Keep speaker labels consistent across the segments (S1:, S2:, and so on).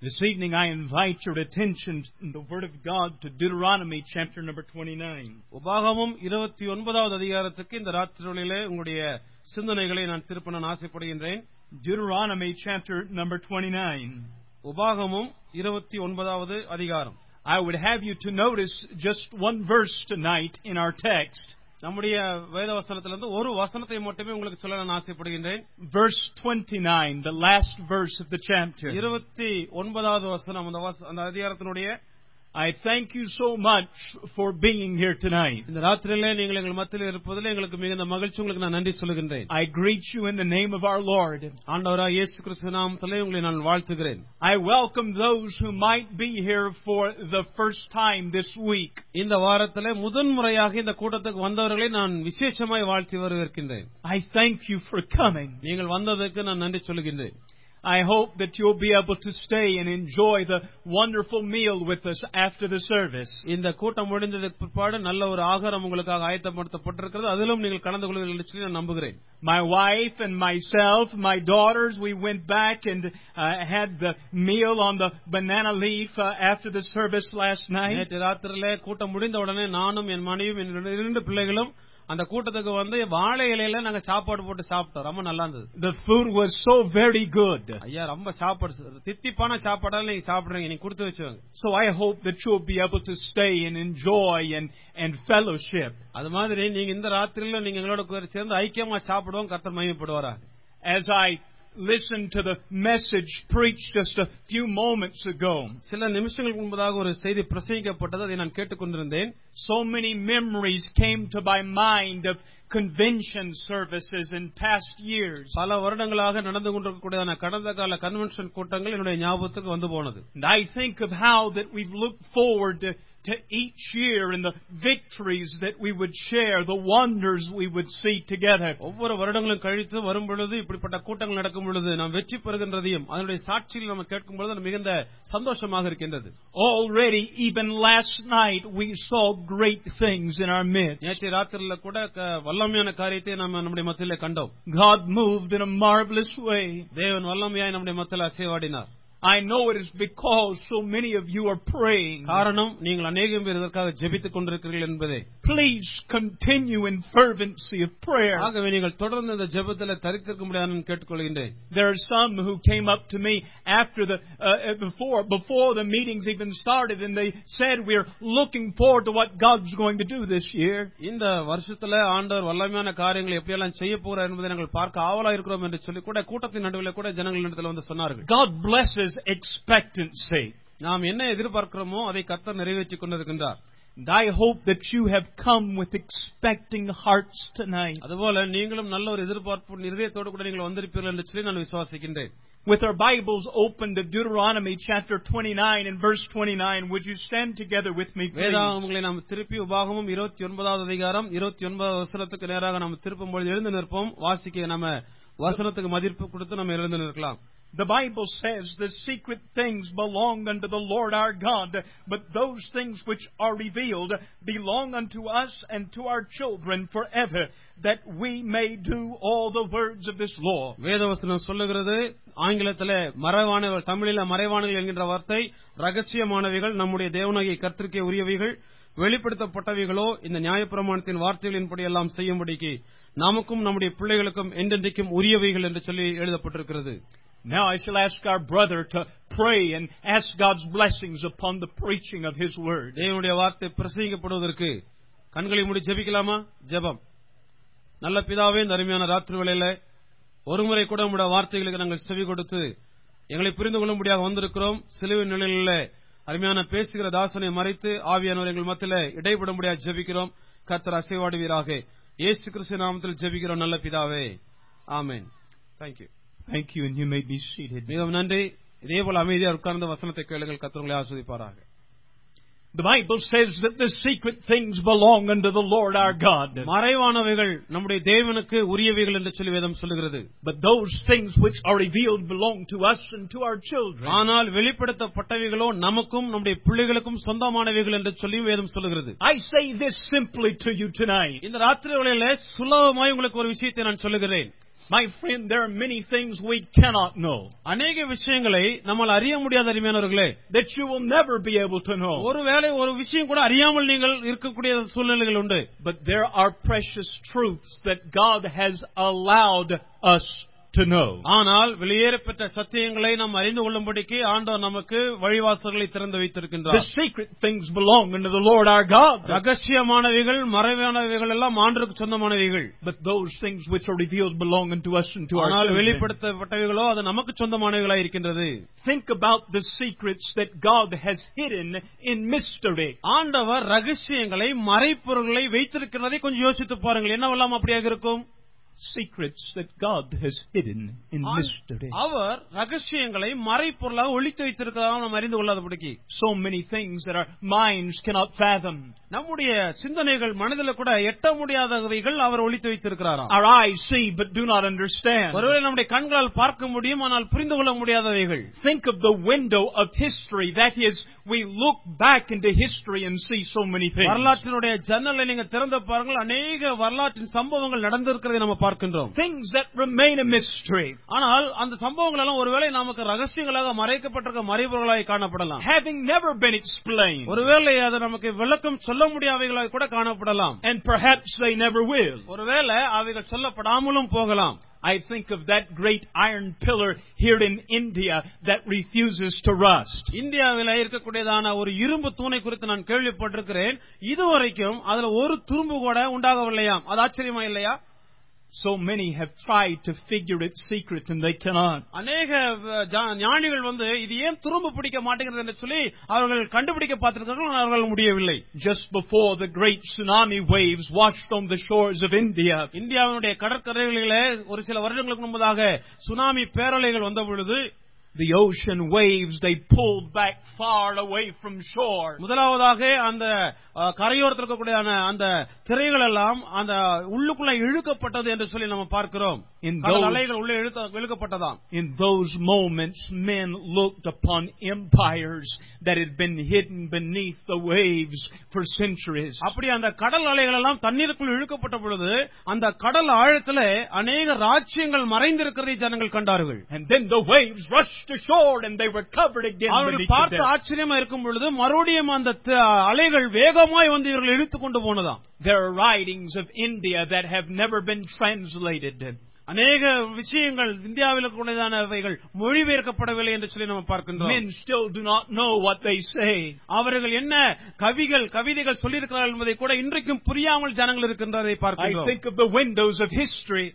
S1: This evening, I invite your attention in the Word of God to Deuteronomy chapter number 29.
S2: உபாகமும் இருபத்தி ஒன்பதாவது அதிகாரத்துக்கு இந்த ராத்திரிகளிலே உங்களுடைய சிந்தனைகளை நான் திருப்ப நான் ஆசைப்படுகின்றேன்
S1: Deuteronomy chapter number 29.
S2: உபாகமும் இருபத்தி ஒன்பதாவது அதிகாரம்
S1: I would have you to notice just one verse tonight in our text,
S2: நம்முடைய வேத வசனத்திலிருந்து ஒரு வசனத்தை மட்டுமே உங்களுக்கு சொல்ல நான் ஆசைப்படுகின்றேன்
S1: verse 29, the last verse of the chapter.
S2: இருபத்தி ஒன்பதாவது வசனம் அந்த வச- அந்த அதிகாரத்தினுடைய
S1: I thank you so much for being here tonight.
S2: இந்த ராத்திரியிலே நீங்கள் எங்கள் மத்தியில் இருப்பதில் எங்களுக்கு மிகுந்த மகிழ்ச்சி உங்களுக்கு நான் நன்றி சொல்லுகின்றேன்
S1: I greet you in the name of our Lord.
S2: ஆண்டவராக இயேசு கிறிஸ்து நாமத்திலே உங்களை நான் வாழ்த்துகிறேன்
S1: I welcome those who might be here for the first time this week.
S2: இந்த வாரத்திலே முதன்முறையாக இந்த கூட்டத்துக்கு வந்தவர்களை நான் விசேஷமாய் வாழ்த்தி வரவேற்கின்றேன்
S1: I thank you for coming.
S2: நீங்கள் வந்ததுக்கு நான் நன்றி சொல்லுகின்றேன்
S1: I hope that you'll be able to stay and enjoy the wonderful meal with us after the service.
S2: இந்த கூட்டம் முடிந்ததுக்கு பிற்பாடு நல்ல ஒரு ஆகாரம் உங்களுக்காக ஆயத்தப்படுத்தப்பட்டிருக்கிறது அதிலும் நீங்கள் கலந்து கொள்வீர்கள் என்று சொல்லி நான் நம்புகிறேன்
S1: My wife and myself, my daughters, we went back and uh, had the meal on the banana leaf uh, after the service last night.
S2: நேற்று ராத்திரியிலே கூட்டம் முடிந்த உடனே நானும் என் மனைவியும் என் இரண்டு- இரண்டு பிள்ளைகளும் அந்த கூட்டத்துக்கு வந்து வாழை இலையில நாங்க சாப்பாடு போட்டு சாப்பிட்டோம் ரொம்ப நல்லா இருந்தது
S1: The food was so very good.
S2: ஐயா ரொம்ப சாப்பாடு ச- தித்திப்பான சாப்பாடால நீங்க சாப்பிடுறீங்க நீங்க கொடுத்து வச்சுவாங்க
S1: So I hope that you'll be able to stay and enjoy and, and fellowship.
S2: அது மாதிரி நீங்க இந்த ராத்திரியில நீங்க எங்களோட கூட சேர்ந்து ஐக்கியமா சாப்பிடுவோம் கர்த்தர் மகிமைப்படுவாராக
S1: As I listened to the message preached just a few moments ago,
S2: சில நிமிஷங்களுக்கு முன்பதாக ஒரு செய்தி பிரசங்கிக்கப்பட்டது அதை நான் கேட்டுக்கொண்டிருந்தேன்
S1: so many memories came to my mind of convention services in past years.
S2: பல வருடங்களாக நடந்து கொண்டிருக்கக்கூடியதான கடந்த கால கன்வென்ஷன் கூட்டங்கள் என்னுடைய ஞாபகத்துக்கு வந்து போனது
S1: And I think of how that we've looked forward to, to each year and the victories that we would share, the wonders we would see together.
S2: ஒவ்வொரு வருடங்களும் கழித்து வரும் பொழுது இப்படிப்பட்ட கூட்டங்கள் நடக்கும் பொழுது நாம் வெற்றி பெறுகின்றதையும் அதனுடைய சாட்சியில் நம்ம கேட்கும் பொழுது அது மிகுந்த சந்தோஷமாக இருக்கின்றது
S1: Already, even last night, we saw great things in our midst.
S2: நேற்று ராத்திரில கூட க- வல்லமையான காரியத்தை நாம் நம்முடைய மத்தியிலே கண்டோம்
S1: God moved in a marvelous way.
S2: தேவன் வல்லமையாய் நம்முடைய மத்தியில் அசைவாடினார்
S1: I know it is because so many of you are praying.
S2: காரணம் நீங்கள் அநேகம் பேர் இதற்காக ஜெபித்துக் கொண்டிருக்கிறீர்கள் என்பதே
S1: Please continue in fervency of prayer.
S2: ஆகவே நீங்கள் தொடர்ந்து இந்த ஜெபத்தில் தரித்திருக்க முடியாது நான் கேட்டுக்கொள்கின்றேன்
S1: There are some who came up to me after the uh, uh, before before the meetings even started, and they said, "We're looking forward to what God's going to do this year."
S2: இந்த வருஷத்துல ஆண்டவர் வல்லமையான காரியங்களை எப்படியெல்லாம் செய்ய போகிறார் என்பதை நாங்கள் பார்க்க ஆவலா இருக்கிறோம் என்று சொல்லி கூட கூட்டத்தின் நடுவில் கூட ஜனங்களிடத்தில் வந்து சொன்னார்கள்
S1: God blesses expectancy,
S2: நாம் என்ன எதிர்பார்க்கிறோமோ அதை கர்த்தர் நிறைவேற்றிக் கொண்டிருக்கின்றார்
S1: and I hope that you have come with expecting hearts tonight.
S2: அதுபோல நீங்களும் நல்ல ஒரு எதிர்பார்ப்பு இருதயத்தோடு கூட நீங்கள் வந்திருப்பீர்கள் என்று சொல்லி நான் விசுவாசிக்கின்றேன்
S1: With our Bibles open to Deuteronomy chapter 29 and verse 29, would you stand together with me, please?
S2: வேதாகமங்களை நாம் திருப்பி உபாகமும் இருபத்தி ஒன்பதாவது அதிகாரம் இருபத்தி ஒன்பதாவது வசனத்துக்கு நேராக நாம் திருப்பும் பொழுது எழுந்து நிற்போம் வாசிக்க நம்ம வசனத்துக்கு மதிப்பு கொடுத்து நம்ம எழுந்து நிற்கலாம்
S1: The Bible says, The secret things belong unto the Lord our God, but those things which are revealed belong unto us and to our children forever, that we may do all the words of this law.
S2: வேதவசனம் சொல்லுகிறது ஆங்கிலத்தில் மறைவானவர் தமிழில மறைவானவர்கள் என்கின்ற வார்த்தை ரகசியமானவைகள் நம்முடைய தேவனாகிய கர்த்தருக்கே உரியவைகள் வெளிப்படுத்தப்பட்டவைகளோ இந்த நியாயப்பிரமாணத்தின் வார்த்தைகளின்படி எல்லாம் செய்யும்படிக்கு நமக்கும் நம்முடைய பிள்ளைகளுக்கும் என்றென்றைக்கும் உரியவைகள் என்று சொல்லி எழுதப்பட்டிருக்கிறது
S1: Now I shall ask our brother to pray and ask God's blessings upon the preaching of his word.
S2: தேவனுடைய வார்த்தை பிரசங்கிக்கப்படுவதற்கு கண்களை மூடி ஜெபிக்கலாமா ஜெபம் நல்ல பிதாவே இந்த அருமையான ராத்திரி வேளையில ஒருமுறை கூட உங்களுடைய வார்த்தைகளுக்கு நாங்கள் செவி கொடுத்து எங்களை புரிந்து கொள்ளும்படியாக வந்திருக்கிறோம் சிலுவின் நிலையில அருமையான பேசுகிற தாசனை மறைத்து ஆவியானவர் எங்கள் மத்தியில இடைபட முடியாது ஜெபிக்கிறோம் கர்த்தர் அசைவாடுவீராக இயேசு கிறிஸ்து நாமத்தில் ஜெபிக்கிறோம் நல்ல பிதாவே ஆமென் thank you
S1: Thank you, and you may be seated.
S2: மிகவும் நன்றி இதே போல அமைதியா உட்கார்ந்த வசனத்தை கேளுங்கள் கர்த்தர் உங்களை ஆஸ்வதிப்பாராக
S1: The Bible says that the secret things belong unto the Lord our God.
S2: மறைவானவைகள் நம்முடைய தேவனுக்கு உரியவைகள் என்று சொல்லி வேதம் சொல்லுகிறது
S1: But those things which are revealed belong to us and to our children.
S2: ஆனால் வெளிப்படுத்தப்பட்டவைகளோ நமக்கும் நம்முடைய பிள்ளைகளுக்கும் சொந்தமானவைகள் என்று சொல்லி வேதம் சொல்லுகிறது
S1: I say this simply to you tonight.
S2: இந்த ராத்திரி வேளையில சுலபமாய் உங்களுக்கு ஒரு விஷயத்தை நான் சொல்லுகிறேன்
S1: My friend, there are many things we cannot know
S2: அநேக விஷயங்களை நம்மால் அறிய முடியாத அருமையானவர்களே
S1: that you will never be able to know.
S2: ஒருவேளை ஒரு விஷயம் கூட அறியாமல் நீங்கள் இருக்கக்கூடிய சூழ்நிலைகள் உண்டு
S1: But there are precious truths that God has allowed us to know.
S2: ஆனால் வெளியேறப்பெற்ற சத்தியங்களை நாம் அறிந்து கொள்ளும்படிக்கு ஆண்டவர் நமக்கு வழிவாசல்களை திறந்து
S1: The
S2: வைத்திருக்கின்றார்
S1: secret things belong unto the Lord our God.
S2: ரகசியமானவைகள் மறைவானவைகள் எல்லாம் ஆண்டுக்கு சொந்தமானவைகள்
S1: But those things which are revealed belong unto us and to our
S2: ஆனால்
S1: children.
S2: வெளிப்படுத்தப்பட்டவைகளோ அது நமக்கு சொந்தமானவைகளாய் இருக்கின்றது
S1: Think about the secrets that God has hidden in mystery.
S2: ஆண்டவர் ரகசியங்களை மறைப்பொருள்களை வைத்திருக்கிறதை கொஞ்சம் யோசித்து பாருங்கள் என்னவெல்லாம் அப்படியாக இருக்கும்
S1: Secrets that God has hidden in mystery.
S2: அவர் ரகசியங்களை மறைப்பொருளாக ஒளித்து வைத்திருக்கிறதாக நாம் அறிந்து கொள்ளாதபடிக்கு
S1: So many things that our minds cannot fathom.
S2: நம்முடைய சிந்தனைகள் மனதில் கூட எட்ட முடியாதவைகள் அவர் ஒளித்து வைத்திருக்கிறாராம்
S1: Our eyes see but do not understand.
S2: ஒருவேளை நம்முடைய கண்களால் பார்க்க முடியும் ஆனால் புரிந்து கொள்ள முடியாதவைகள்
S1: Think of the window of history. That is, we look back into history and see so many things.
S2: வரலாற்றினுடைய ஜன்னலை நீங்க திறந்து பாருங்கள் அநேக வரலாற்றின் சம்பவங்கள் நடந்திருக்கிறதை நம்ம பார்க்கின்றோம்
S1: Things that remain a mystery.
S2: ஆனால் அந்த சம்பவங்கள் எல்லாம் ஒருவேளை நமக்கு ரகசியங்களாக மறைக்கப்பட்டிருக்க மறைபொருளாய் காணப்படலாம்
S1: Having never been explained.
S2: ஒருவேளை அது நமக்கு விளக்கம் சொல்ல முடியாதவைகளாய் கூட காணப்படலாம்
S1: And perhaps they never will.
S2: ஒருவேளை அவைகள் சொல்லப்படாமலும் போகலாம்
S1: I think of that great iron pillar here in India that refuses to rust.
S2: இந்தியாவில இருக்கக்கூடியதான ஒரு இரும்பு தூணை குறித்து நான் கேள்விப்பட்டிருக்கிறேன் இதுவரைக்கும் அதுல ஒரு துரும்பு கூட உண்டாகவில்லையாம் அது ஆச்சரியமா இல்லையா
S1: So many have tried to figure its secret and they cannot.
S2: அநேக அஹ், ஜா- ஞானிகள் வந்து இது ஏன் துரும்பு பிடிக்க மாட்டேங்கிறது என்று சொல்லி அவர்கள் கண்டுபிடிக்க பார்த்திருக்கிறார்கள் ஆனால் அவர்கள் முடியவில்லை
S1: Just before the great tsunami waves washed on the shores of India,
S2: இந்தியாவினுடைய கடற்கரைகளிலே ஒரு சில வருடங்களுக்கு முன்பதாக சுனாமி பேரலைகள் வந்த பொழுது
S1: the ocean waves, they pulled back far away from shore.
S2: முதலாவதாக அந்த அஹ், கரையோரத்தில் இருக்கக்கூடியதான அந்த திரைகள் எல்லாம் அந்த உள்ளுக்குள்ள இழுக்கப்பட்டது என்று சொல்லி நம்ம பார்க்கிறோம்
S1: In
S2: கடல்
S1: those-
S2: அலைகள் உள்ளே இழுத்த- இழுக்கப்பட்டதாம்
S1: In those moments, men looked upon empires that had been hidden beneath the waves for centuries.
S2: அப்படி அந்த கடல் அலைகள் எல்லாம் தண்ணீருக்குள் இழுக்கப்பட்ட பொழுது அந்த கடல் ஆழத்துல அநேக ராஜ்யங்கள் மறைந்திருக்கிறதை ஜனங்கள் கண்டார்கள்
S1: And then the waves rushed ashore and they were covered again beneath
S2: அவர்கள்
S1: the
S2: பார்த்து
S1: depth.
S2: ஆச்சரியமா இருக்கும் பொழுது மறுபடியும் அந்த த- அலைகள் வேகமாய் வந்து இவர்கள் இழுத்துக் கொண்டு போனதாம்
S1: There are writings of India that have never been translated.
S2: அநேக விஷயங்கள் இந்தியாவில் இருக்கக்கூடியதானவைகள் மொழிபெயர்க்கப்படவில்லை என்று சொல்லி நம்ம பார்க்கின்றோம்
S1: Men still do not know what they say.
S2: அவர்கள் என்ன கவிகள் கவிதைகள் சொல்லியிருக்கிறார்கள் என்பதை கூட இன்றைக்கும் புரியாமல் ஜனங்கள் இருக்கின்றதை
S1: I
S2: பார்க்கின்றோம்
S1: think of the windows of history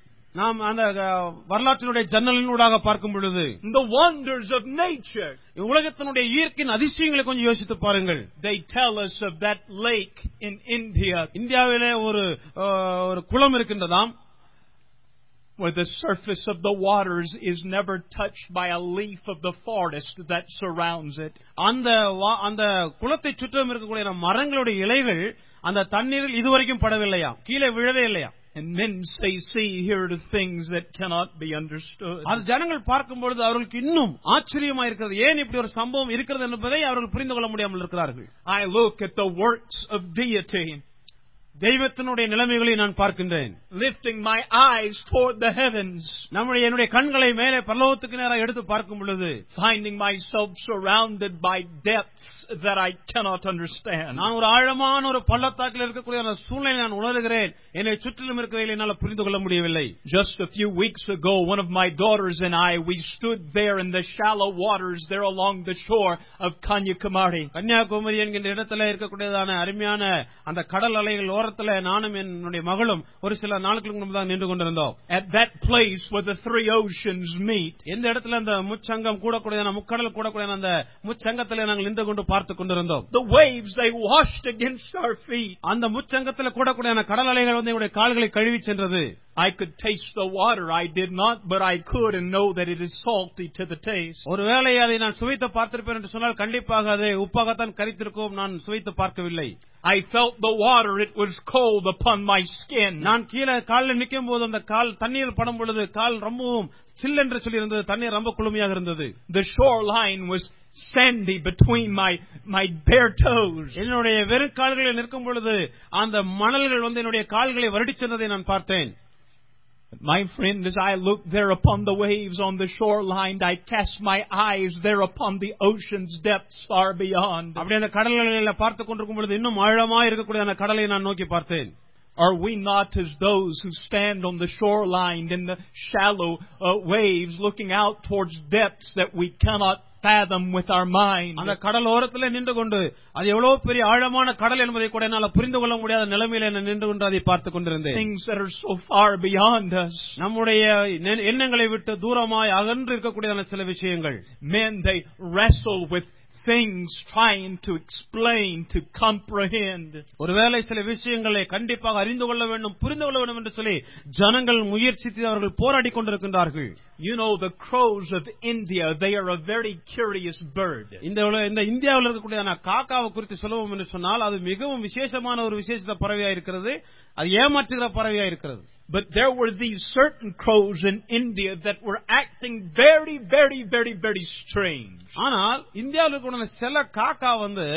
S2: நாம் அந்த அஹ், வரலாற்றினுடைய ஜன்னலினூடாக பார்க்கும் பொழுது
S1: and the wonders of nature.
S2: உலகத்தினுடைய இயற்கையின் அதிசயங்களை கொஞ்சம் யோசித்து பாருங்கள்
S1: They tell us of that lake in India
S2: இந்தியாவிலே ஒரு அஹ், ஒரு குளம் இருக்கின்றதாம்
S1: where the surface of the waters is never touched by a leaf of the forest that surrounds it.
S2: அந்த வா- அந்த குளத்தை சுற்றும் இருக்கக்கூடிய நம் மரங்களுடைய இலைகள் அந்த தண்ணீரில் இதுவரைக்கும் படவில்லையா கீழே விழவே இல்லையா
S1: And men say, see, here are things that cannot be understood.
S2: அது ஜனங்கள் பார்க்கும் பொழுது அவர்களுக்கு இன்னும் ஆச்சரியமா இருக்கிறது ஏன் இப்படி ஒரு சம்பவம் இருக்கிறது என்பதை அவர்கள் புரிந்து கொள்ள முடியாமல் இருக்கிறார்கள்
S1: I look at the works of deity.
S2: தெய்வத்தினுடைய நிலைமைகளை நான் பார்க்கின்றேன்
S1: lifting my eyes toward the heavens,
S2: நம்முடைய என்னுடைய கண்களை மேலே பல்லவத்துக்கு நேராக எடுத்து பார்க்கும் பொழுது
S1: finding myself surrounded by depths that I cannot understand.
S2: நான் ஒரு ஆழமான ஒரு பள்ளத்தாக்கில் இருக்கக்கூடிய ஒரு சூழ்நிலை நான் உணர்கிறேன் என்னை சுற்றிலும் இருக்கிறதை என்னால் புரிந்து கொள்ள முடியவில்லை
S1: Just a few weeks ago, one of my daughters and I, we stood there in the shallow waters there along the shore of Kanyakumari.
S2: Kanyakumari என்கின்ற இடத்துல இருக்கக்கூடியதான அருமையான அந்த கடல் அலைகள் ஓரத்துல நானும் என்னுடைய மகளும் ஒரு சில நாட்களுக்கு முன்பு தான் நின்று கொண்டிருந்தோம்
S1: At that place where the three oceans meet,
S2: எந்த இடத்துல அந்த முச்சங்கம் கூடக்கூடிய முக்கடல் கூடக்கூடிய அந்த முச்சங்கத்துல நாங்கள் நின்று கொண்டு பார்த்து கொண்டிருந்தோம்
S1: the waves, they washed against our feet.
S2: அந்த முச்சங்கத்துல கூடக்கூடிய கடல் அலைகள் வந்து எங்களுடைய கால்களை கழுவி சென்றது
S1: I could taste the water. I did not, but I could and know that it is salty to the taste.
S2: ஒருவேளை அதை நான் சுவைத்து பார்த்திருப்பேன் என்று சொன்னால் கண்டிப்பாக அதை உப்பாகத்தான் கரித்திருக்கும் நான் சுவைத்து பார்க்கவில்லை
S1: I felt the water. It was cold upon my skin.
S2: நான் கீழே காலில் நிற்கும் போது அந்த கால் தண்ணீர் படும் பொழுது கால் ரொம்பவும் சில் என்று சொல்லி இருந்தது தண்ணீர் ரொம்ப குளுமையாக இருந்தது
S1: The shoreline was sandy between my, my bare toes.
S2: என்னுடைய வெறும் கால்களில் நிற்கும் பொழுது அந்த மணல்கள் வந்து என்னுடைய கால்களை வருடிச் சென்றதை நான் பார்த்தேன்
S1: My friend, as I looked there upon the waves on the shoreline, I cast my eyes there upon the ocean's depths far beyond.
S2: அப்படி அந்த கடல்களில பார்த்துக் கொண்டிருக்கும் பொழுது இன்னும் ஆழமாய் இருக்கக்கூடிய அந்த கடலை நான் நோக்கி பார்த்தேன்
S1: Are we not as those who stand on the shoreline in the shallow uh, waves looking out towards depths that we cannot fathom with our mind?
S2: அந்த கடலோரத்துல நின்று கொண்டு அது எவ்வளவு பெரிய ஆழமான கடல் என்பதை கூட என்னால புரிந்து கொள்ள முடியாத நிலைமையில நான் நின்று கொண்டு அதை பார்த்துக் கொண்டிருந்தேன்
S1: Things that are so far beyond us.
S2: நம்முடைய எண்ண- எண்ணங்களை விட்டு தூரமாய் அகன்று இருக்கக்கூடியதான சில விஷயங்கள்
S1: Men, they wrestle with things trying to explain, to comprehend.
S2: ஒருவேளை சில விஷயங்களை கண்டிப்பாக அறிந்து கொள்ள வேண்டும் புரிந்து கொள்ள வேண்டும் என்று சொல்லி ஜனங்கள் முயற்சித்து அவர்கள் போராடி கொண்டிருக்கின்றார்கள்
S1: You know, the crows of India, they are a very curious bird.
S2: இந்த உல- இந்த இந்தியாவில் இருக்கக்கூடிய காக்காவை குறித்து சொல்லுவோம் என்று சொன்னால் அது மிகவும் விசேஷமான ஒரு விசேஷத்த பறவையா இருக்கிறது அது ஏமாற்றுகிற பறவையா இருக்கிறது
S1: But there were these certain crows in India that were acting very, very, very, very strange.
S2: ஆனால் இந்தியாவில் இருக்கக்கூடிய சில காக்கா வந்து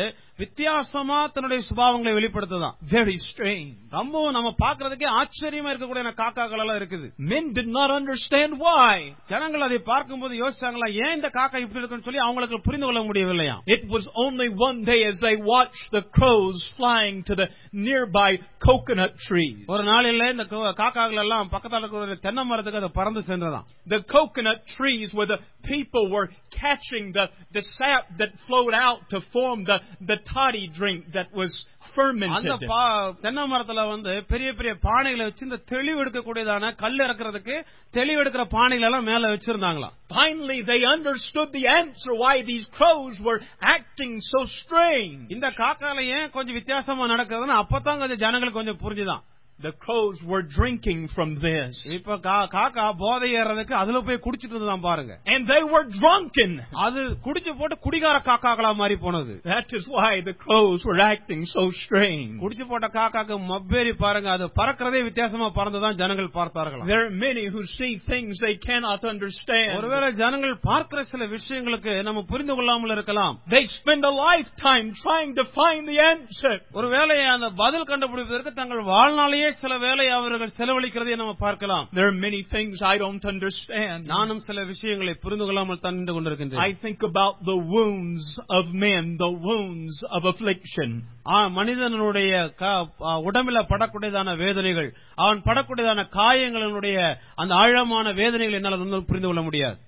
S2: வித்தியாசமா தன்னுடைய சுபாவங்களை வெளிப்படுத்துதான்
S1: Very strange.
S2: ரொம்பவும் நம்ம பாக்குறதுக்கே ஆச்சரியமா இருக்கக்கூடிய காக்காக்கள் எல்லாம் இருக்குது
S1: Men did not understand why.
S2: ஜனங்கள் அதை பார்க்கும்போது யோசிச்சாங்களா ஏன் இந்த காக்கா இப்படி இருக்குன்னு சொல்லி அவங்களுக்கு புரிந்து கொள்ள முடியவில்லையா
S1: It was only one day as they watched the crows flying to the nearby coconut trees.
S2: ஒரு நாளில இந்த கு- காக்காக்கள் எல்லாம் பக்கத்துல இருக்கிற ஒரு தென்னை மரத்துக்கு அது பறந்து சென்றதாம்
S1: The coconut trees where the people were catching the, the sap that flowed out to form the, the toddy drink that was
S2: அந்த
S1: fermented.
S2: பா- தென்னை மரத்துல வந்து பெரிய பெரிய பானைகளை வச்சு இந்த தெளிவு எடுக்கக்கூடியதான கல் இறக்குறதுக்கு தெளிவு எடுக்கிற பானைகள் எல்லாம் மேல வச்சிருந்தாங்களாம்
S1: Finally, they understood the answer why these crows were acting so strange.
S2: இந்த காக்கால ஏன் கொஞ்சம் வித்தியாசமா நடக்கிறதுன்னு அப்பதான் கொஞ்சம் ஜனங்களுக்கு கொஞ்சம் புரிஞ்சுதான்
S1: The crows were drinking from this.
S2: இப்ப கா- காக்கா போதை ஏறதுக்கு அதுல போய் குடிச்சிட்டு இருந்ததான் பாருங்க
S1: And they were drunken.
S2: அது குடிச்சு போட்டு குடிகார காக்காக்களா மாறி போனது
S1: That is why the crows were acting so strange.
S2: குடிச்சு போட்ட காக்காக்கு மப்பேறி பாருங்க அது பறக்கிறதே வித்தியாசமா பறந்துதான் ஜனங்கள் பார்த்தார்களாம்
S1: There are many who see things they cannot understand.
S2: ஒருவேளை ஜனங்கள் பார்க்கிற சில விஷயங்களுக்கு நம்ம புரிந்து கொள்ளாமல் இருக்கலாம்
S1: They spend a lifetime trying to find the answer.
S2: ஒருவேளை அந்த பதில் கண்டுபிடிப்பதற்கு தங்கள் வாழ்நாளையே சில வேலை அவர்கள் செலவழிக்கிறதை நம்ம பார்க்கலாம்
S1: There are many things I don't understand.
S2: நானும் சில விஷயங்களை புரிந்து கொள்ளாமல் தான் நின்று கொண்டிருக்கின்றேன்
S1: I think about the wounds of men, the wounds of affliction.
S2: ஆ, மனிதனுடைய க- ஆ, உடம்பில படக்கூடியதான வேதனைகள் அவன் படக்கூடியதான காயங்களினுடைய அந்த ஆழமான வேதனைகள் என்னால் ஒன்றும் புரிந்து கொள்ள முடியாது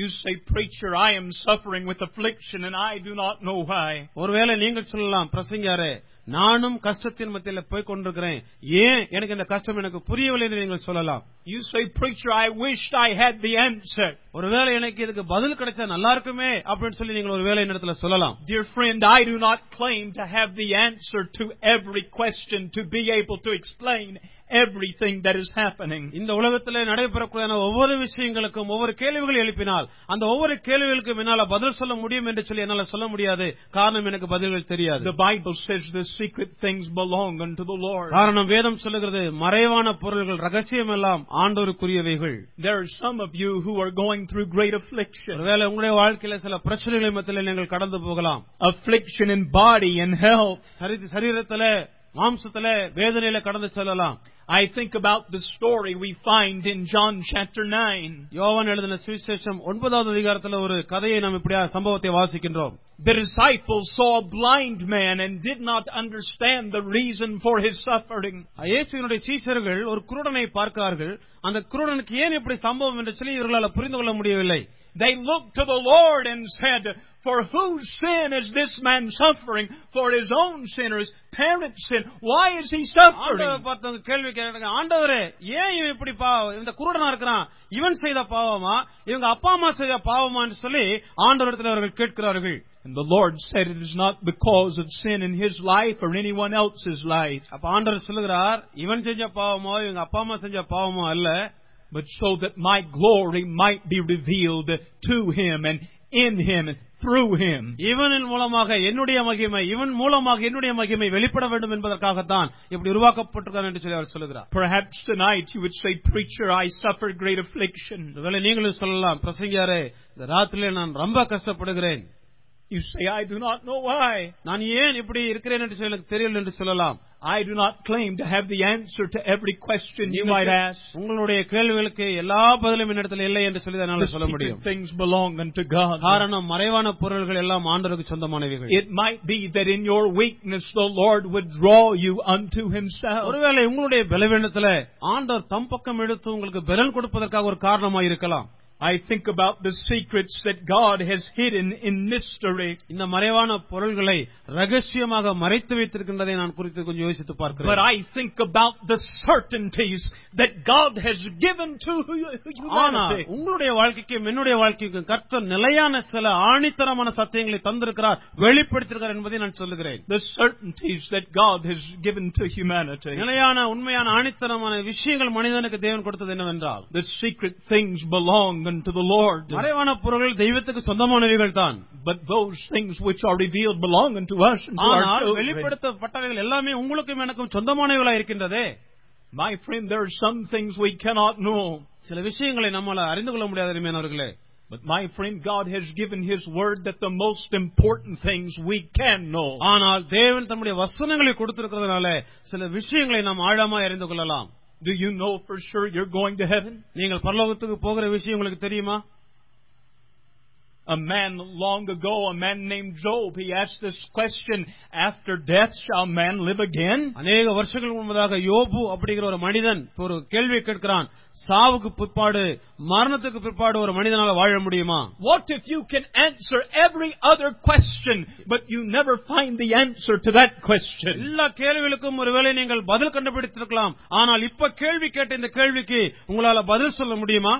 S1: You say, Preacher, I am suffering with affliction and I do not know why.
S2: ஒருவேளை நீங்கள் சொல்லலாம் பிரசங்கியாரே நானும் கஷ்டத்தின் மத்தியில போய் கொண்டிருக்கிறேன் ஏன் எனக்கு இந்த கஷ்டம் எனக்கு புரியவில்லை என்று நீங்கள் சொல்லலாம்
S1: You say, Preacher, I wished I had the answer.
S2: ஒருவேளை எனக்கு இதுக்கு பதில் கிடைச்சா நல்லா இருக்குமே அப்படின்னு சொல்லி நீங்கள் ஒரு வேலை இடத்துல சொல்லலாம்
S1: Dear friend, I do not claim to have the answer to every question, to be able to explain everything that is happening.
S2: இந்த உலகத்திலே நடைபெறக்கூடிய ஒவ்வொரு விஷயங்களுக்கும் ஒவ்வொரு கேள்விகள் எழுப்பினால் அந்த ஒவ்வொரு கேள்விகளுக்கும் என்னால பதில் சொல்ல முடியும் என்று சொல்லி என்னால சொல்ல முடியாது காரணம் எனக்கு பதில்கள் தெரியாது
S1: The Bible says the secret things belong unto the Lord.
S2: காரணம் வேதம் சொல்லுகிறது மறைவான பொருள்கள் ரகசியம் எல்லாம் ஆண்டோருக்குரியவைகள்
S1: There are some of you who are going through great affliction.
S2: ஒருவேளை உங்களுடைய வாழ்க்கையில சில பிரச்சனைகளை மத்தியில நீங்கள் கடந்து போகலாம்
S1: Affliction in body and health.
S2: சரி- சரீரத்தில மாம்சத்தில வேதனையில கடந்து செல்லலாம்
S1: I think about the story we find in John chapter 9.
S2: யோவான் எழுதின சுவிசேஷம் ஒன்பதாவது அதிகாரத்துல ஒரு கதையை நாம் இப்படியா சம்பவத்தை வாசிக்கின்றோம்
S1: The disciples saw a blind man and did not understand the reason for his suffering.
S2: இயேசுவினுடைய சீசர்கள் ஒரு குருடனை பார்க்கிறார்கள் அந்த குருடனுக்கு ஏன் இப்படி சம்பவம் என்று சொல்லி இவர்களால் புரிந்து கொள்ள முடியவில்லை
S1: They looked to the Lord and said, For whose sin is this man suffering? For his own sin or his parents' sin? Why is he
S2: ஆண்டவரை
S1: suffering?
S2: பார்த்தவங்க கேள்வி கேட்டாங்க ஆண்டவரே ஏன் இவன் இப்படி பாவம் இந்த குருடனா இருக்கிறான் இவன் செய்த பாவமா இவங்க அப்பா அம்மா செய்த பாவமான்னு சொல்லி ஆண்டவரத்தில் அவர்கள் கேட்கிறார்கள்
S1: And the Lord said, It is not because of sin in his life or anyone else's life,
S2: அப்ப ஆண்டவர் சொல்லுகிறார் இவன் செஞ்ச பாவமோ இவங்க அப்பா அம்மா செஞ்ச பாவமோ அல்ல
S1: but so that my glory might be revealed to him and in him and through him.
S2: இவனின் மூலமாக என்னுடைய மகிமை இவன் மூலமாக என்னுடைய மகிமை வெளிப்பட வேண்டும் என்பதற்காகத்தான் இப்படி உருவாக்கப்பட்டிருக்கான் என்று சொல்லி அவர் சொல்லுகிறார்
S1: Perhaps tonight you would say, Preacher, I suffered great affliction.
S2: ஒருவேளை நீங்களும் சொல்லலாம் பிரசங்கியாரே இந்த ராத்திரியிலே நான் ரொம்ப கஷ்டப்படுகிறேன்
S1: You say, I do not know why.
S2: நான் ஏன் இப்படி இருக்கிறேன் என்று சொல்ல எனக்கு தெரியல என்று சொல்லலாம்
S1: I do not claim to have the answer to every question you might ask.
S2: உங்களுடைய கேள்விகளுக்கு எல்லா பதிலும் என்னிடத்தில் இல்லை என்று சொல்லி
S1: The
S2: என்னால சொல்ல
S1: secret
S2: முடியும்
S1: things belong unto God.
S2: காரணம் மறைவான பொருள்கள் எல்லாம் ஆண்டவருக்கு சொந்தமானவைகள்
S1: It might be that in your weakness the Lord would draw you unto Himself.
S2: ஒருவேளை உங்களுடைய பலவீனத்துல ஆண்டவர் தம் பக்கம் எடுத்து உங்களுக்கு பலன் கொடுப்பதற்காக ஒரு காரணமா இருக்கலாம்
S1: I think about the secrets that God has hidden in mystery,
S2: இந்த மறைவான பொருள்களை ரகசியமாக மறைத்து வைத்திருக்கின்றதை நான் குறித்து கொஞ்சம் யோசித்து
S1: but
S2: பார்க்கிறேன்
S1: I think about the certainties that God has given to hu-
S2: ஆனா
S1: humanity.
S2: உங்களுடைய வாழ்க்கைக்கும் என்னுடைய வாழ்க்கைக்கும் கர்த்தர் நிலையான சில ஆணித்தரமான சத்தியங்களை தந்திருக்கிறார் வெளிப்படுத்திருக்கிறார் என்பதை நான் சொல்லுகிறேன்
S1: The certainties that God has given to humanity.
S2: நிலையான உண்மையான ஆணித்தரமான விஷயங்கள் மனிதனுக்கு தேவன் கொடுத்தது என்னவென்றால்
S1: The secret things belong unto the Lord,
S2: மறைவான பொருள்கள் தெய்வத்துக்கு சொந்தமானவைகள் தான்
S1: but those things which are revealed belong unto us and to our
S2: ஆனால்
S1: children.
S2: வெளிப்படுத்தப்பட்டவைகள் எல்லாமே உங்களுக்கும் எனக்கும் சொந்தமானவைகளா இருக்கின்றதே
S1: My friend, there are some things we cannot know.
S2: சில விஷயங்களை நம்மால அறிந்து கொள்ள முடியாத அருமையானவர்களே
S1: But my friend, God has given His word that the most important things we can know.
S2: ஆனால் தேவன் தம்முடைய வசனங்களை கொடுத்திருக்கிறதுனால சில விஷயங்களை நாம் ஆழமா அறிந்து கொள்ளலாம்
S1: Do you know for sure you're going to heaven?
S2: நீங்கள் பரலோகத்துக்கு போகிற விஷயம் உங்களுக்கு தெரியுமா
S1: A man long ago, a man named Job, he asked this question, after death shall man live again?
S2: அநேக வருஷங்களுக்கு முன்பதாக யோபு அப்படிங்கிற ஒரு மனிதன் ஒரு கேள்வி கேட்கிறான் சாவுக்கு பிற்பாடு மரணத்துக்கு பிற்பாடு ஒரு மனிதனால வாழ முடியுமா
S1: What if you can answer every other question, but you never find the answer to that question?
S2: எல்லா கேள்விகளுக்கும் ஒருவேளை நீங்கள் பதில் கண்டுபிடித்திருக்கலாம் ஆனால் இப்ப கேள்வி கேட்ட இந்த கேள்விக்கு உங்களால பதில் சொல்ல முடியுமா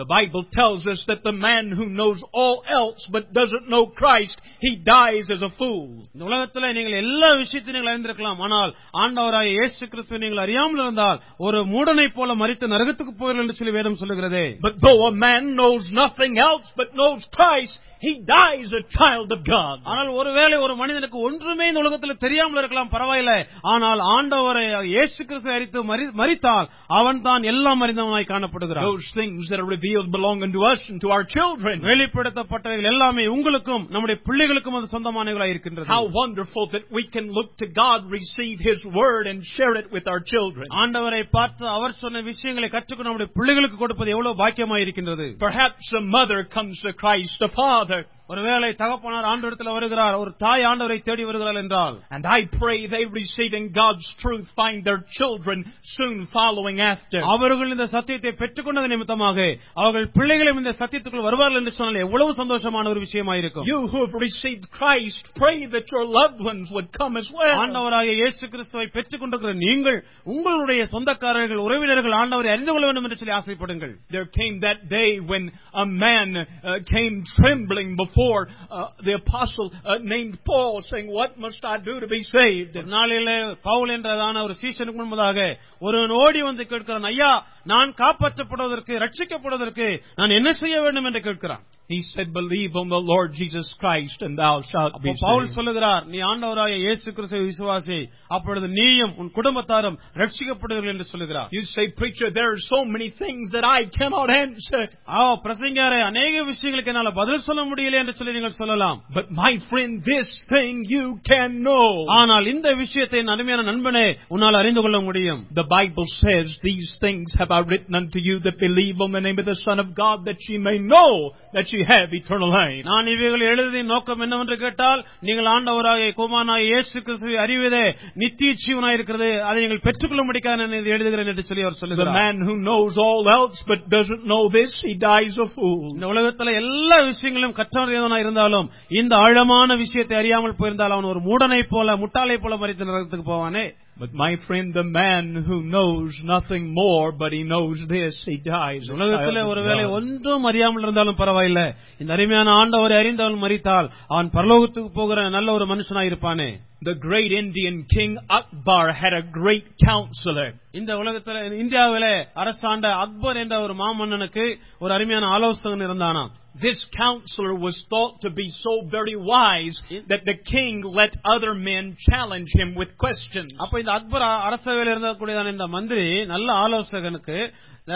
S1: The Bible tells us that the man who knows all else but doesn't know Christ, he dies as a fool.
S2: இந்த உலகத்துல நீங்கள் எல்லா விஷயத்தையும் நீங்கள் அறிந்திருக்கலாம் ஆனால் ஆண்டவராய இயேசு கிறிஸ்துவை நீங்கள் அறியாமல் இருந்தால் ஒரு மூடனைப் போல மறித்து நரகத்துக்கு போவீர்கள் என்று சொல்லி வேதம் சொல்லுகிறதே
S1: But though a man knows nothing else but knows Christ, he dies a child of God.
S2: ஆனால் ஒருவேளை ஒரு மனிதனுக்கு ஒன்றுமே இந்த உலகத்துல தெரியாமல் இருக்கலாம் பரவாயில்லை ஆனால் ஆண்டவரை இயேசு கிறிஸ்துவை அறித்து மறி- மறித்தால் அவன் தான் எல்லாம் அறிந்தவனாய் காணப்படுகிறான்
S1: Those things that are revealed belong unto us and to our children.
S2: வெளிப்படுத்தப்பட்டவைகள் எல்லாமே உங்களுக்கும் நம்முடைய பிள்ளைகளுக்கும் அது சொந்தமானவர்களாய்
S1: How
S2: இருக்கின்றது
S1: wonderful that we can look to God, receive His Word, and share it with our children.
S2: ஆண்டவரை பார்த்து அவர் சொன்ன விஷயங்களை கற்றுக்கொண்டு நம்முடைய பிள்ளைகளுக்கு கொடுப்பது எவ்வளவு பாக்கியமாய் இருக்கின்றது
S1: Perhaps a mother comes to Christ, a father,
S2: ஒருவேளை தகப்பனார் ஆண்டவரத்தில் வருகிறார் ஒரு தாய் ஆண்டவரை தேடி வருகிறார் என்றால்
S1: and I pray they receiving God's truth find their children soon following after.
S2: அவர்கள் இந்த சத்தியத்தை பெற்றுக்கொண்டது நிமித்தமாக அவர்கள் பிள்ளைகளும் இந்த சத்தியத்துக்குள் வருவார்கள் என்று சொன்னால் எவ்வளவு சந்தோஷமான ஒரு விஷயமாயிருக்கும்
S1: You who have received Christ, pray that your loved ones would come as well.
S2: ஆண்டவராகிய இயேசு கிறிஸ்துவை பெற்றுக் கொண்டிருக்கிற நீங்கள் உங்களுடைய சொந்தக்காரர்கள் உறவினர்கள் ஆண்டவரை அறிந்து கொள்ள வேண்டும் என்று சொல்லி ஆசைப்படுங்கள்
S1: There came that day when a man uh, came trembling before uh, the apostle uh, named Paul, saying, What must I do to be saved?
S2: ஒரு நாளிலே பவுல் என்றதான ஒரு சீசனுக்கு முன்பதாக ஒருவன் ஓடி வந்து கேட்கிறான் ஐயா நான் காப்பாற்றப்படுவதற்கு ரட்சிக்கப்படுவதற்கு நான் என்ன செய்ய வேண்டும் என்று கேட்கிறான்
S1: He said, Believe on the Lord Jesus Christ, and thou shalt
S2: அப்போ
S1: be
S2: பவுல்
S1: saved.
S2: சொல்லுகிறார் நீ ஆண்டவராகிய இயேசு கிறிஸ்துவை விசுவாசி அப்பொழுது நீயும் உன் குடும்பத்தாரும் ரட்சிக்கப்படுவீர்கள் என்று சொல்லுகிறார்
S1: You say, Preacher, there are so many things that I cannot answer.
S2: ஆ பிரசங்காரே அநேக விஷயங்களுக்கு என்னால பதில் சொல்ல முடியல என்று சொல்லி நீங்கள் சொல்லலாம்
S1: But my friend, this thing you can know.
S2: ஆனால் இந்த விஷயத்தை என் அருமையான நண்பனே உன்னால் அறிந்து கொள்ள முடியும்
S1: The Bible says, These things have I written unto you that believe on the name of the Son of God, that ye may know that ye have eternal life.
S2: நான் இவைகள் எழுதிய நோக்கம் என்னவென்று கேட்டால் நீங்கள் ஆண்டவராகிய குமாரனாய் இயேசு கிறிஸ்துவை அறிவதே நித்திய ஜீவனாய் இருக்கிறது அதை நீங்கள் பெற்றுக்கொள்ள முடிக்காத இது எழுதுகிறேன் என்று சொல்லி அவர்
S1: The
S2: சொல்லுகிறார்
S1: man who knows all else but doesn't know this, he dies a fool.
S2: இந்த உலகத்துல எல்லா விஷயங்களும் கற்றறியவனா இருந்தாலும் இந்த ஆழமான விஷயத்தை அறியாமல் போயிருந்தால் அவன் ஒரு மூடனைப் போல முட்டாளை போல மறித்து நரகத்துக்கு போவானே
S1: But my friend, the man who knows nothing more but he knows this, he dies. a
S2: உலகத்துல
S1: child of
S2: ஒருவேளை
S1: God.
S2: ஒன்றும் அறியாமல் இருந்தாலும் பரவாயில்லை இந்த அருமையான ஆண்டவரை அறிந்தவன் மறித்தால் அவன் பரலோகத்துக்கு போகிற நல்ல ஒரு மனுஷனாய் இருப்பானே
S1: The great Indian king Akbar had a great counselor.
S2: இந்த உலகத்துல இந்தியாவில அரசாண்ட அக்பர் என்ற ஒரு மாமன்னனுக்கு ஒரு அருமையான ஆலோசகன் இருந்தானாம்
S1: This counselor was thought to be so very wise that the king let other men challenge him with questions.
S2: அப்ப இந்த அக்பர் அ- அரசவையில இருக்கக்கூடியதான இந்த மந்திரி நல்ல ஆலோசகனுக்கு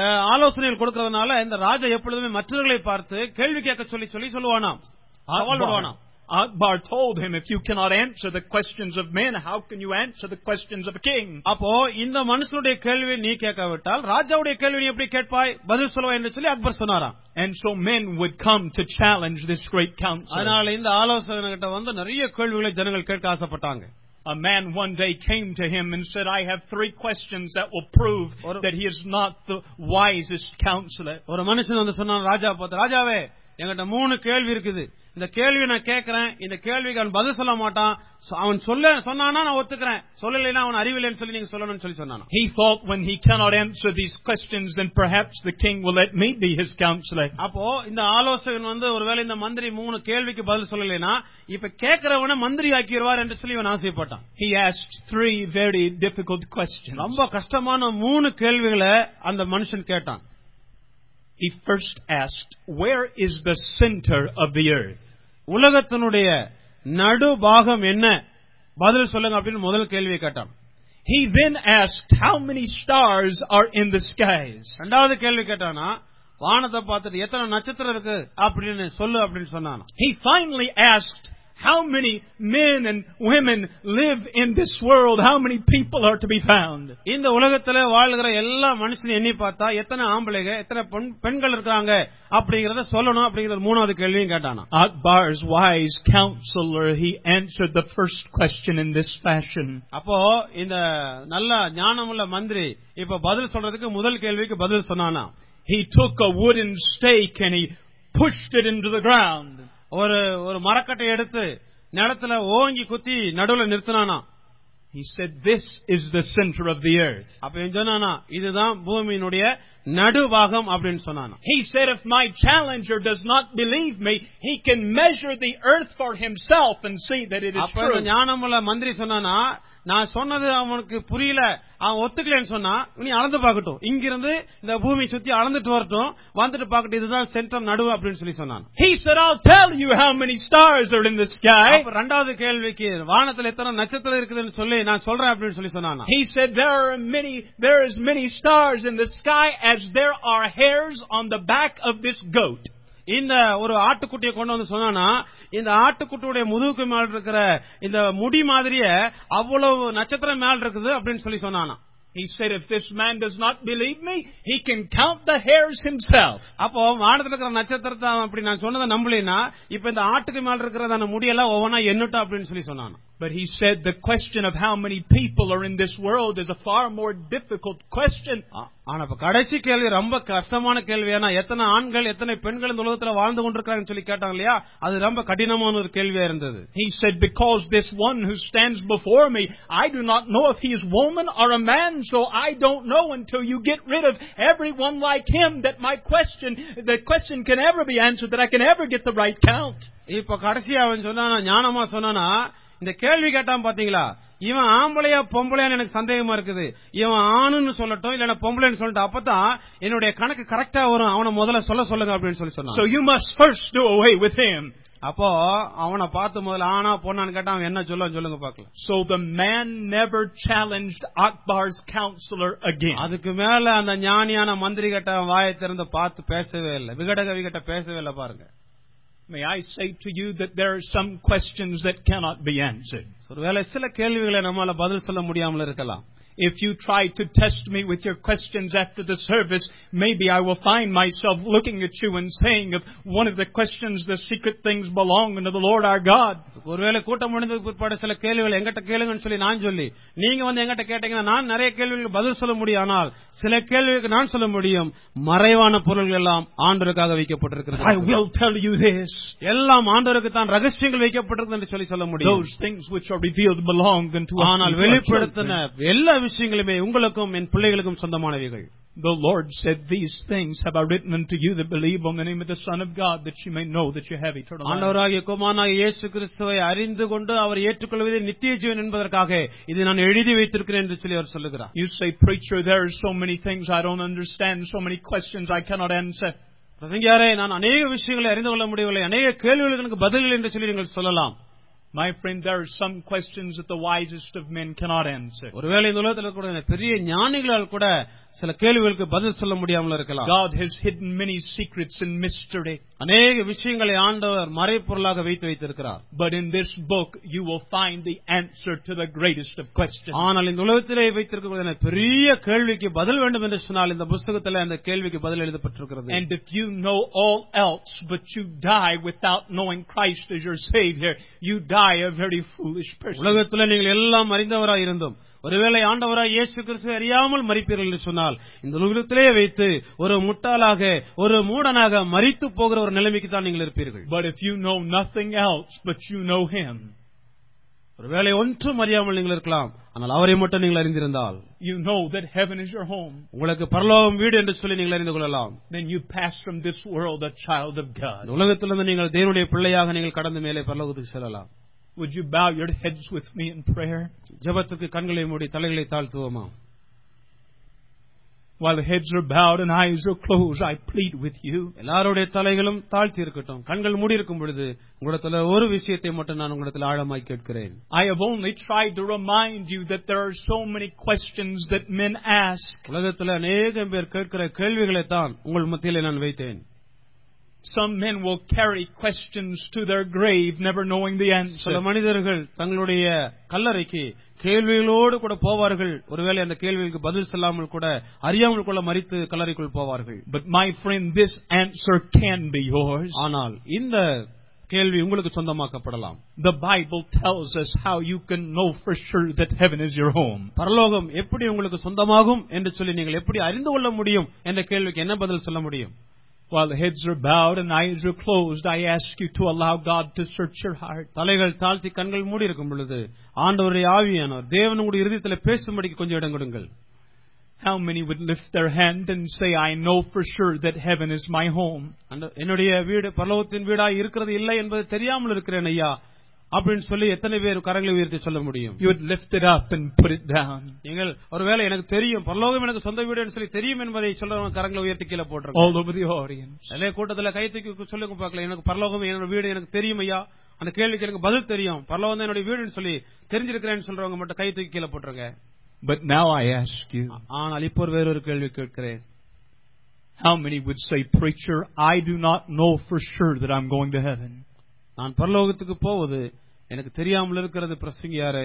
S2: அஹ், ஆலோசனைகள் கொடுக்கறதுனால இந்த ராஜா எப்பொழுதுமே மற்றவர்களை பார்த்து கேள்வி கேட்க சொல்லி சொல்லி சொல்லுவானாம் சவால்
S1: Akbar
S2: விடுவானாம்
S1: Akbar told him, If you cannot answer the questions of men, how can you answer the questions of a king?
S2: அப்போ இந்த மனுஷனுடைய கேள்வி நீ கேட்காவிட்டால் ராஜாவுடைய கேள்வி நீ எப்படி கேட்பாய் பதில் சொல்லுவாய் என்று சொல்லி அக்பர் சொன்னாராம்
S1: And so men would come to challenge this great council.
S2: அதனால இந்த ஆலோசகர்கிட்ட வந்து நிறைய கேள்விகளை ஜனங்கள் கேட்க ஆசைப்பட்டாங்க
S1: A man one day came to him and said, I have three questions that will prove
S2: Or-
S1: that he is not the wisest counselor.
S2: ஒரு மனுஷன் வந்து சொன்னான் ராஜா பார்த்து ராஜாவே என்கிட்ட மூணு கேள்வி இருக்குது இந்த கேள்வி நான் கேட்கிறேன் இந்த கேள்விக்கு அவன் பதில் சொல்ல மாட்டான் சொ- அவன் சொல்ல சொன்னானா நான் ஒத்துக்கிறேன் சொல்லலைன்னா அவன் அறிவில்லைன்னு சொல்லி நீங்க சொல்லணும்னு சொல்லி சொன்னானா
S1: He thought, when he cannot answer these questions, then perhaps the king will let me be his counselor.
S2: அப்போ இந்த ஆலோசகன் வந்து ஒருவேளை இந்த மந்திரி மூணு கேள்விக்கு பதில் சொல்லலைன்னா இப்ப கேட்கிறவனை மந்திரி ஆக்கிடுவார் என்று சொல்லி இவன் ஆசைப்பட்டான்
S1: He asked three very difficult questions.
S2: ரொம்ப கஷ்டமான மூணு கேள்விகளை அந்த மனுஷன் கேட்டான்
S1: He first asked, Where is the center of the earth?
S2: உலகத்தினுடைய நடு பாகம் என்ன பதில் சொல்லுங்க அப்படின்னு முதல் கேள்வியை கேட்டான்
S1: He then asked, How many stars are in the skies?
S2: ரெண்டாவது கேள்வி கேட்டானா வானத்தை பார்த்துட்டு எத்தனை நட்சத்திரம் இருக்கு அப்படின்னு சொல்லு அப்படின்னு சொன்னானா
S1: He finally asked, How many men and women live in this world? How many people are to be found?
S2: இந்த உலகத்துல வாழ்கிற எல்லா மனுஷனையும் எண்ணி பார்த்தா எத்தனை ஆம்பளைங்க எத்தனை பெண் பெண்கள் இருக்கிறாங்க அப்படிங்கறத சொல்லணும் அப்படிங்கறது மூணாவது கேள்வியும் கேட்டானா
S1: Akbar's wise counselor, he answered the first question in this fashion.
S2: அப்போ இந்த நல்ல ஞானமுள்ள மந்திரி இப்ப பதில் சொல்றதுக்கு முதல் கேள்விக்கு பதில் சொன்னானா
S1: He took a wooden stake and he pushed it into the ground.
S2: ஒரு ஒரு மரக்கட்டை எடுத்து நிலத்துல ஓங்கி குத்தி நடுவுல நிறுத்தினானா
S1: He said, This is the center of the earth.
S2: அப்ப இவன் சொன்னானா இதுதான் பூமியினுடைய நடுபாகம் அப்படின்னு சொன்னானா
S1: He said, If my challenger does not believe me, he can measure the earth for himself and see that it is
S2: அப்ப இந்த
S1: true.
S2: ஞானமுள்ள மந்திரி சொன்னானா நான் சொன்னது அவனுக்கு புரியல அவன் ஒத்துக்கலன்னு சொன்னா நீ அளந்து பார்க்கட்டும் இங்கிருந்து இந்த பூமியை சுத்தி அளந்துட்டு வரட்டும் வந்துட்டு பார்க்கட்டும் இதுதான் சென்டர் நடுவு அப்படின்னு சொல்லி சொன்னான்
S1: He said, I'll tell you how many stars are in the sky.
S2: அப்ப ரெண்டாவது கேள்விக்கு வானத்துல எத்தனை நட்சத்திரம் இருக்குதுன்னு சொல்லி நான் சொல்றேன் அப்படின்னு சொல்லி சொன்னானா
S1: He said, There are many, there is many stars in the sky as there are hairs on the back of this goat.
S2: இந்த ஒரு ஆட்டுக்குட்டியை கொண்டு வந்து சொன்னானா இந்த ஆட்டுக்குட்டியுடைய முதுகுக்கு மேல இருக்கிற இந்த முடி மாதிரிய அவ்வளவு நட்சத்திரம் மேல இருக்குது அப்படின்னு சொல்லி சொன்னானா
S1: He said, If this man does not believe me, he can count the hairs himself.
S2: அப்போ வானத்துல இருக்கிற நட்சத்திரத்தை அவன் அப்படி நான் சொன்னதை நம்பலைன்னா இப்ப இந்த ஆட்டுக்கு மேல இருக்கிறதான முடியெல்லாம் ஒவ்வொன்னா என்னட்டும் அப்படின்னு சொல்லி சொன்னான்
S1: But he said, The question of how many people are in this world is a far more difficult question
S2: ஆ- ஆனா இப்ப கடைசி கேள்வி ரொம்ப கஷ்டமான கேள்வி ஏன்னா எத்தனை ஆண்கள் எத்தனை பெண்கள் இந்த உலகத்துல வாழ்ந்து கொண்டிருக்காங்கன்னு சொல்லி கேட்டாங்க இல்லையா அது ரொம்ப கடினமான ஒரு கேள்வியா இருந்தது
S1: He said, Because this one who stands before me, I do not know if he is woman or a man, so I don't know until you get rid of everyone like him that my question, the question can ever be answered, that I can ever get the right count.
S2: இப்ப கடைசியா அவன் சொன்னானா ஞானமா சொன்னானா இந்த கேள்வி கேட்டான் பாத்தீங்களா இவன் ஆம்பளையா பொம்பளையான்னு எனக்கு சந்தேகமா இருக்குது இவன் ஆணுன்னு சொல்லட்டும் இல்லன்னா பொம்பளைன்னு சொல்லட்டும் அப்பதான் என்னுடைய கணக்கு கரெக்டா வரும் அவனை முதல்ல சொல்ல சொல்லுங்க அப்படின்னு சொல்லி சொன்னான்
S1: So you must first do away with him.
S2: அப்போ அவனை பார்த்து முதல்ல ஆனா பொண்ணான்னு கேட்டா அவன் என்ன சொல்லுவான் சொல்லுங்க பார்க்கலாம்
S1: So the man never challenged Akbar's counselor again.
S2: அதுக்கு மேல அந்த ஞானியான மந்திரி கிட்ட அவன் வாயை திறந்து பார்த்து பேசவே இல்லை விகடகவி கிட்ட பேசவே இல்லை பாருங்க
S1: May I say to you that there are some questions that cannot be answered.
S2: ஒருவேளை சில கேள்விகளை நம்மால பதில் சொல்ல முடியாமல் இருக்கலாம்
S1: If you try to test me with your questions after the service, maybe I will find myself looking at you and saying of one of the questions, the secret things belong unto the Lord our God.
S2: ஒருவேளை கூட்டம் முடிந்ததுக்கு பிற்பாடு சில கேள்விகள் எங்கிட்ட கேளுங்கன்னு சொல்லி நான் சொல்லி நீங்க வந்து எங்கிட்ட கேட்டீங்கன்னா நான் நிறைய கேள்விகளுக்கு பதில் சொல்ல முடியும் ஆனால் சில கேள்விகளுக்கு நான் சொல்ல முடியும் மறைவான பொருள்கள் எல்லாம் ஆண்டோருக்காக
S1: I
S2: வைக்கப்பட்டிருக்கிறது
S1: will tell you this.
S2: எல்லாம் ஆண்டோருக்கு தான் ரகசியங்கள் வைக்கப்பட்டிருக்கு என்று சொல்லி சொல்ல முடியும்
S1: Those things which are revealed belong unto us.
S2: ஆனால்
S1: and to our
S2: வெளிப்படுத்தின
S1: children.
S2: எல்லா விஷயங்களுமே உங்களுக்கும் என் பிள்ளைகளுக்கும் சொந்தமானவைகள்
S1: The Lord said, These things have I written unto you that believe on the name of the Son of God, that you may know that you have eternal life.
S2: ஆண்டவராகிய குமாரனாகிய இயேசு கிறிஸ்துவை அறிந்து கொண்டு அவர் ஏற்றுக்கொள்வதை நித்திய ஜீவன் என்பதற்காக இது நான் எழுதி வைத்திருக்கிறேன் என்று சொல்லி அவர் சொல்லுகிறார்
S1: You say, Preacher, there are so many things I don't understand, so many questions I cannot answer.
S2: பிரசங்கியாரே நான் அநேக விஷயங்களை அறிந்து கொள்ள முடியவில்லை அநேக கேள்விகளுக்கு எனக்கு பதில் என்று சொல்லி நீங்கள் சொல்லலாம்
S1: My friend, there are some questions that the wisest of men cannot answer.
S2: ஒருவேளை இந்த உலகத்தில் கூட பெரிய ஞானிகளால் uh. கூட சில கேள்விகளுக்கு பதில் சொல்ல முடியாமல் இருக்கலாம்
S1: God has hidden many secrets and mystery.
S2: அநேக விஷயங்களை ஆண்டவர் மறைப்பொருளாக வைத்து வைத்திருக்கிறார்
S1: But in this book, you will find the answer to the greatest of questions.
S2: ஆனால் இந்த உலகத்திலே வைத்திருக்கக்கூடிய பெரிய கேள்விக்கு பதில் வேண்டும் என்று சொன்னால் இந்த புஸ்தகத்தில் அந்த கேள்விக்கு பதில் எழுதப்பட்டிருக்கிறது
S1: And if you know all else, but you die without knowing Christ as your Savior, you die a very foolish person.
S2: உலகத்தில் நீங்கள் எல்லாம் அறிந்தவராய் இருந்தும் ஒருவேளை ஆண்டவராய் இயேசு கிறிஸ்து அறியாமல் மறிப்பீர்கள் என்று சொன்னால் இந்த உலகத்திலே வைத்து ஒரு முட்டாளாக ஒரு மூடனாக மறித்து போகிற ஒரு நிலைமைக்கு தான் நீங்கள் இருப்பீர்கள்
S1: But if you know nothing else, but you know Him,
S2: ஒருவேளை ஒன்றும் அறியாமல் நீங்கள் இருக்கலாம் ஆனால் அவரை மட்டும் நீங்கள் அறிந்திருந்தால்
S1: you know that heaven is your home,
S2: உங்களுக்கு பரலோகம் வீடு என்று சொல்லி நீங்கள் அறிந்து கொள்ளலாம்
S1: then you pass from this world a child of God.
S2: இந்த உலகத்திலிருந்து நீங்கள் தேவனுடைய பிள்ளையாக நீங்கள் கடந்து மேலே பரலோகத்துக்கு செல்லலாம்
S1: Would you bow your heads with me in prayer?
S2: ஜெபத்துக்கு கண்களை மூடி தலைகளை தாழ்த்துவோமா
S1: While the heads are bowed and eyes are closed, I plead with you.
S2: எல்லாருடைய தலைகளும் தாழ்த்தி இருக்கட்டும் கண்கள் மூடி இருக்கும் பொழுது உங்களிடத்துல ஒரு விஷயத்தை மட்டும் நான் உங்களிடத்தில் ஆழமாய் கேட்கிறேன்
S1: I have only tried to remind you that there are so many questions that men ask.
S2: உலகத்துல அநேக பேர் கேட்கிற கேள்விகளை தான் உங்கள் மத்தியிலே நான் வைத்தேன்
S1: Some men will carry questions to their grave, never knowing the
S2: சில
S1: answer.
S2: மனிதர்கள் தங்களுடைய கல்லறைக்கு கேள்விகளோடு கூட போவார்கள் ஒருவேளை அந்த கேள்விகளுக்கு பதில் சொல்லாமல் கூட அறியாமல் கூட மறித்து கல்லறைக்குள் போவார்கள்
S1: But my friend, this answer can be yours.
S2: ஆனால் இந்த கேள்வி உங்களுக்கு சொந்தமாக்கப்படலாம்
S1: The Bible tells us how you can know for sure that heaven is your home.
S2: பரலோகம் எப்படி உங்களுக்கு சொந்தமாகும் என்று சொல்லி நீங்கள் எப்படி அறிந்து கொள்ள முடியும் என்ற கேள்விக்கு என்ன பதில் சொல்ல முடியும்
S1: While the heads are bowed and eyes are closed, I ask you to allow God to search your heart.
S2: தலைகள் தாழ்த்தி கண்கள் மூடி இருக்கும் பொழுது ஆண்டவருடைய ஆவியானவர் தேவனுடைய இருதயத்தில் பேசும்படிக்கு கொஞ்சம் இடம் கொடுங்கள்
S1: How many would lift their hand and say, I know for sure that heaven is my home?
S2: அந்த- என்னுடைய வீடு பரலோகத்தின் வீடா இருக்கிறது இல்லை என்பது தெரியாமல் இருக்கிறேன் ஐயா அப்படின்னு சொல்லி எத்தனை பேர் கரங்களை உயர்த்தி சொல்ல முடியும்
S1: You would lift it up and put it down.
S2: நீங்கள் ஒருவேளை எனக்கு தெரியும் பரலோகம் எனக்கு சொந்த வீடுன்னு சொல்லி தெரியும் என்பதை சொல்றவங்க கரங்களை உயர்த்தி கீழே போட்டுருங்க
S1: All over the audience.
S2: நிறைய கூட்டத்துல கை தூக்கி சொல்லுங்க பார்க்கல எனக்கு பரலோகம் என்னோட வீடு எனக்கு தெரியும் ஐயா அந்த கேள்விக்கு எனக்கு பதில் தெரியும் பரலோகம் தான் என்னுடைய வீடுன்னு சொல்லி தெரிஞ்சிருக்கிறேன்னு சொல்றவங்க மட்டும் கை தூக்கி கீழே போட்டுருங்க
S1: But now I ask you,
S2: ஆனால் இப்போ ஒரு வேறொரு கேள்வி கேட்கிறேன்
S1: how many would say, Preacher, I do not know for sure that I'm going to heaven?
S2: நான் பரலோகத்துக்கு போவது எனக்கு தெரியாமல் இருக்கிறது பிரசங்க யாரு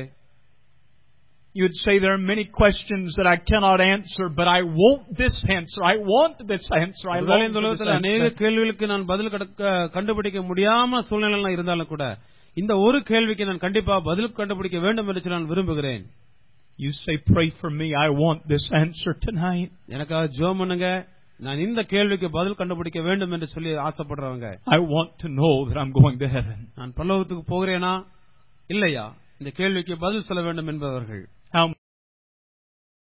S1: You'd say there are many questions that I cannot answer, but I want this answer. I want this answer. I long
S2: ஒருவேளை இந்த
S1: for this
S2: உலகத்தில் அநேக
S1: answer.
S2: கேள்விகளுக்கு நான் பதில் கடக்க- கண்டுபிடிக்க முடியாம சூழ்நிலை இருந்தாலும் கூட இந்த ஒரு கேள்விக்கு நான் கண்டிப்பா பதில் கண்டுபிடிக்க வேண்டும் என்று சொல்லி நான் விரும்புகிறேன்
S1: You say, Pray for me. I want this answer tonight.
S2: எனக்காக ஜோம் பண்ணுங்க நான் இந்த கேள்விக்கு பதில் கண்டுபிடிக்க வேண்டும் என்று சொல்லி ஆசைப்படுறவங்க
S1: I want to know that I'm going to heaven.
S2: நான் பல்லவத்துக்கு போகிறேனா இல்லையா இந்த கேள்விக்கு பதில் சொல்ல வேண்டும் என்பவர்கள்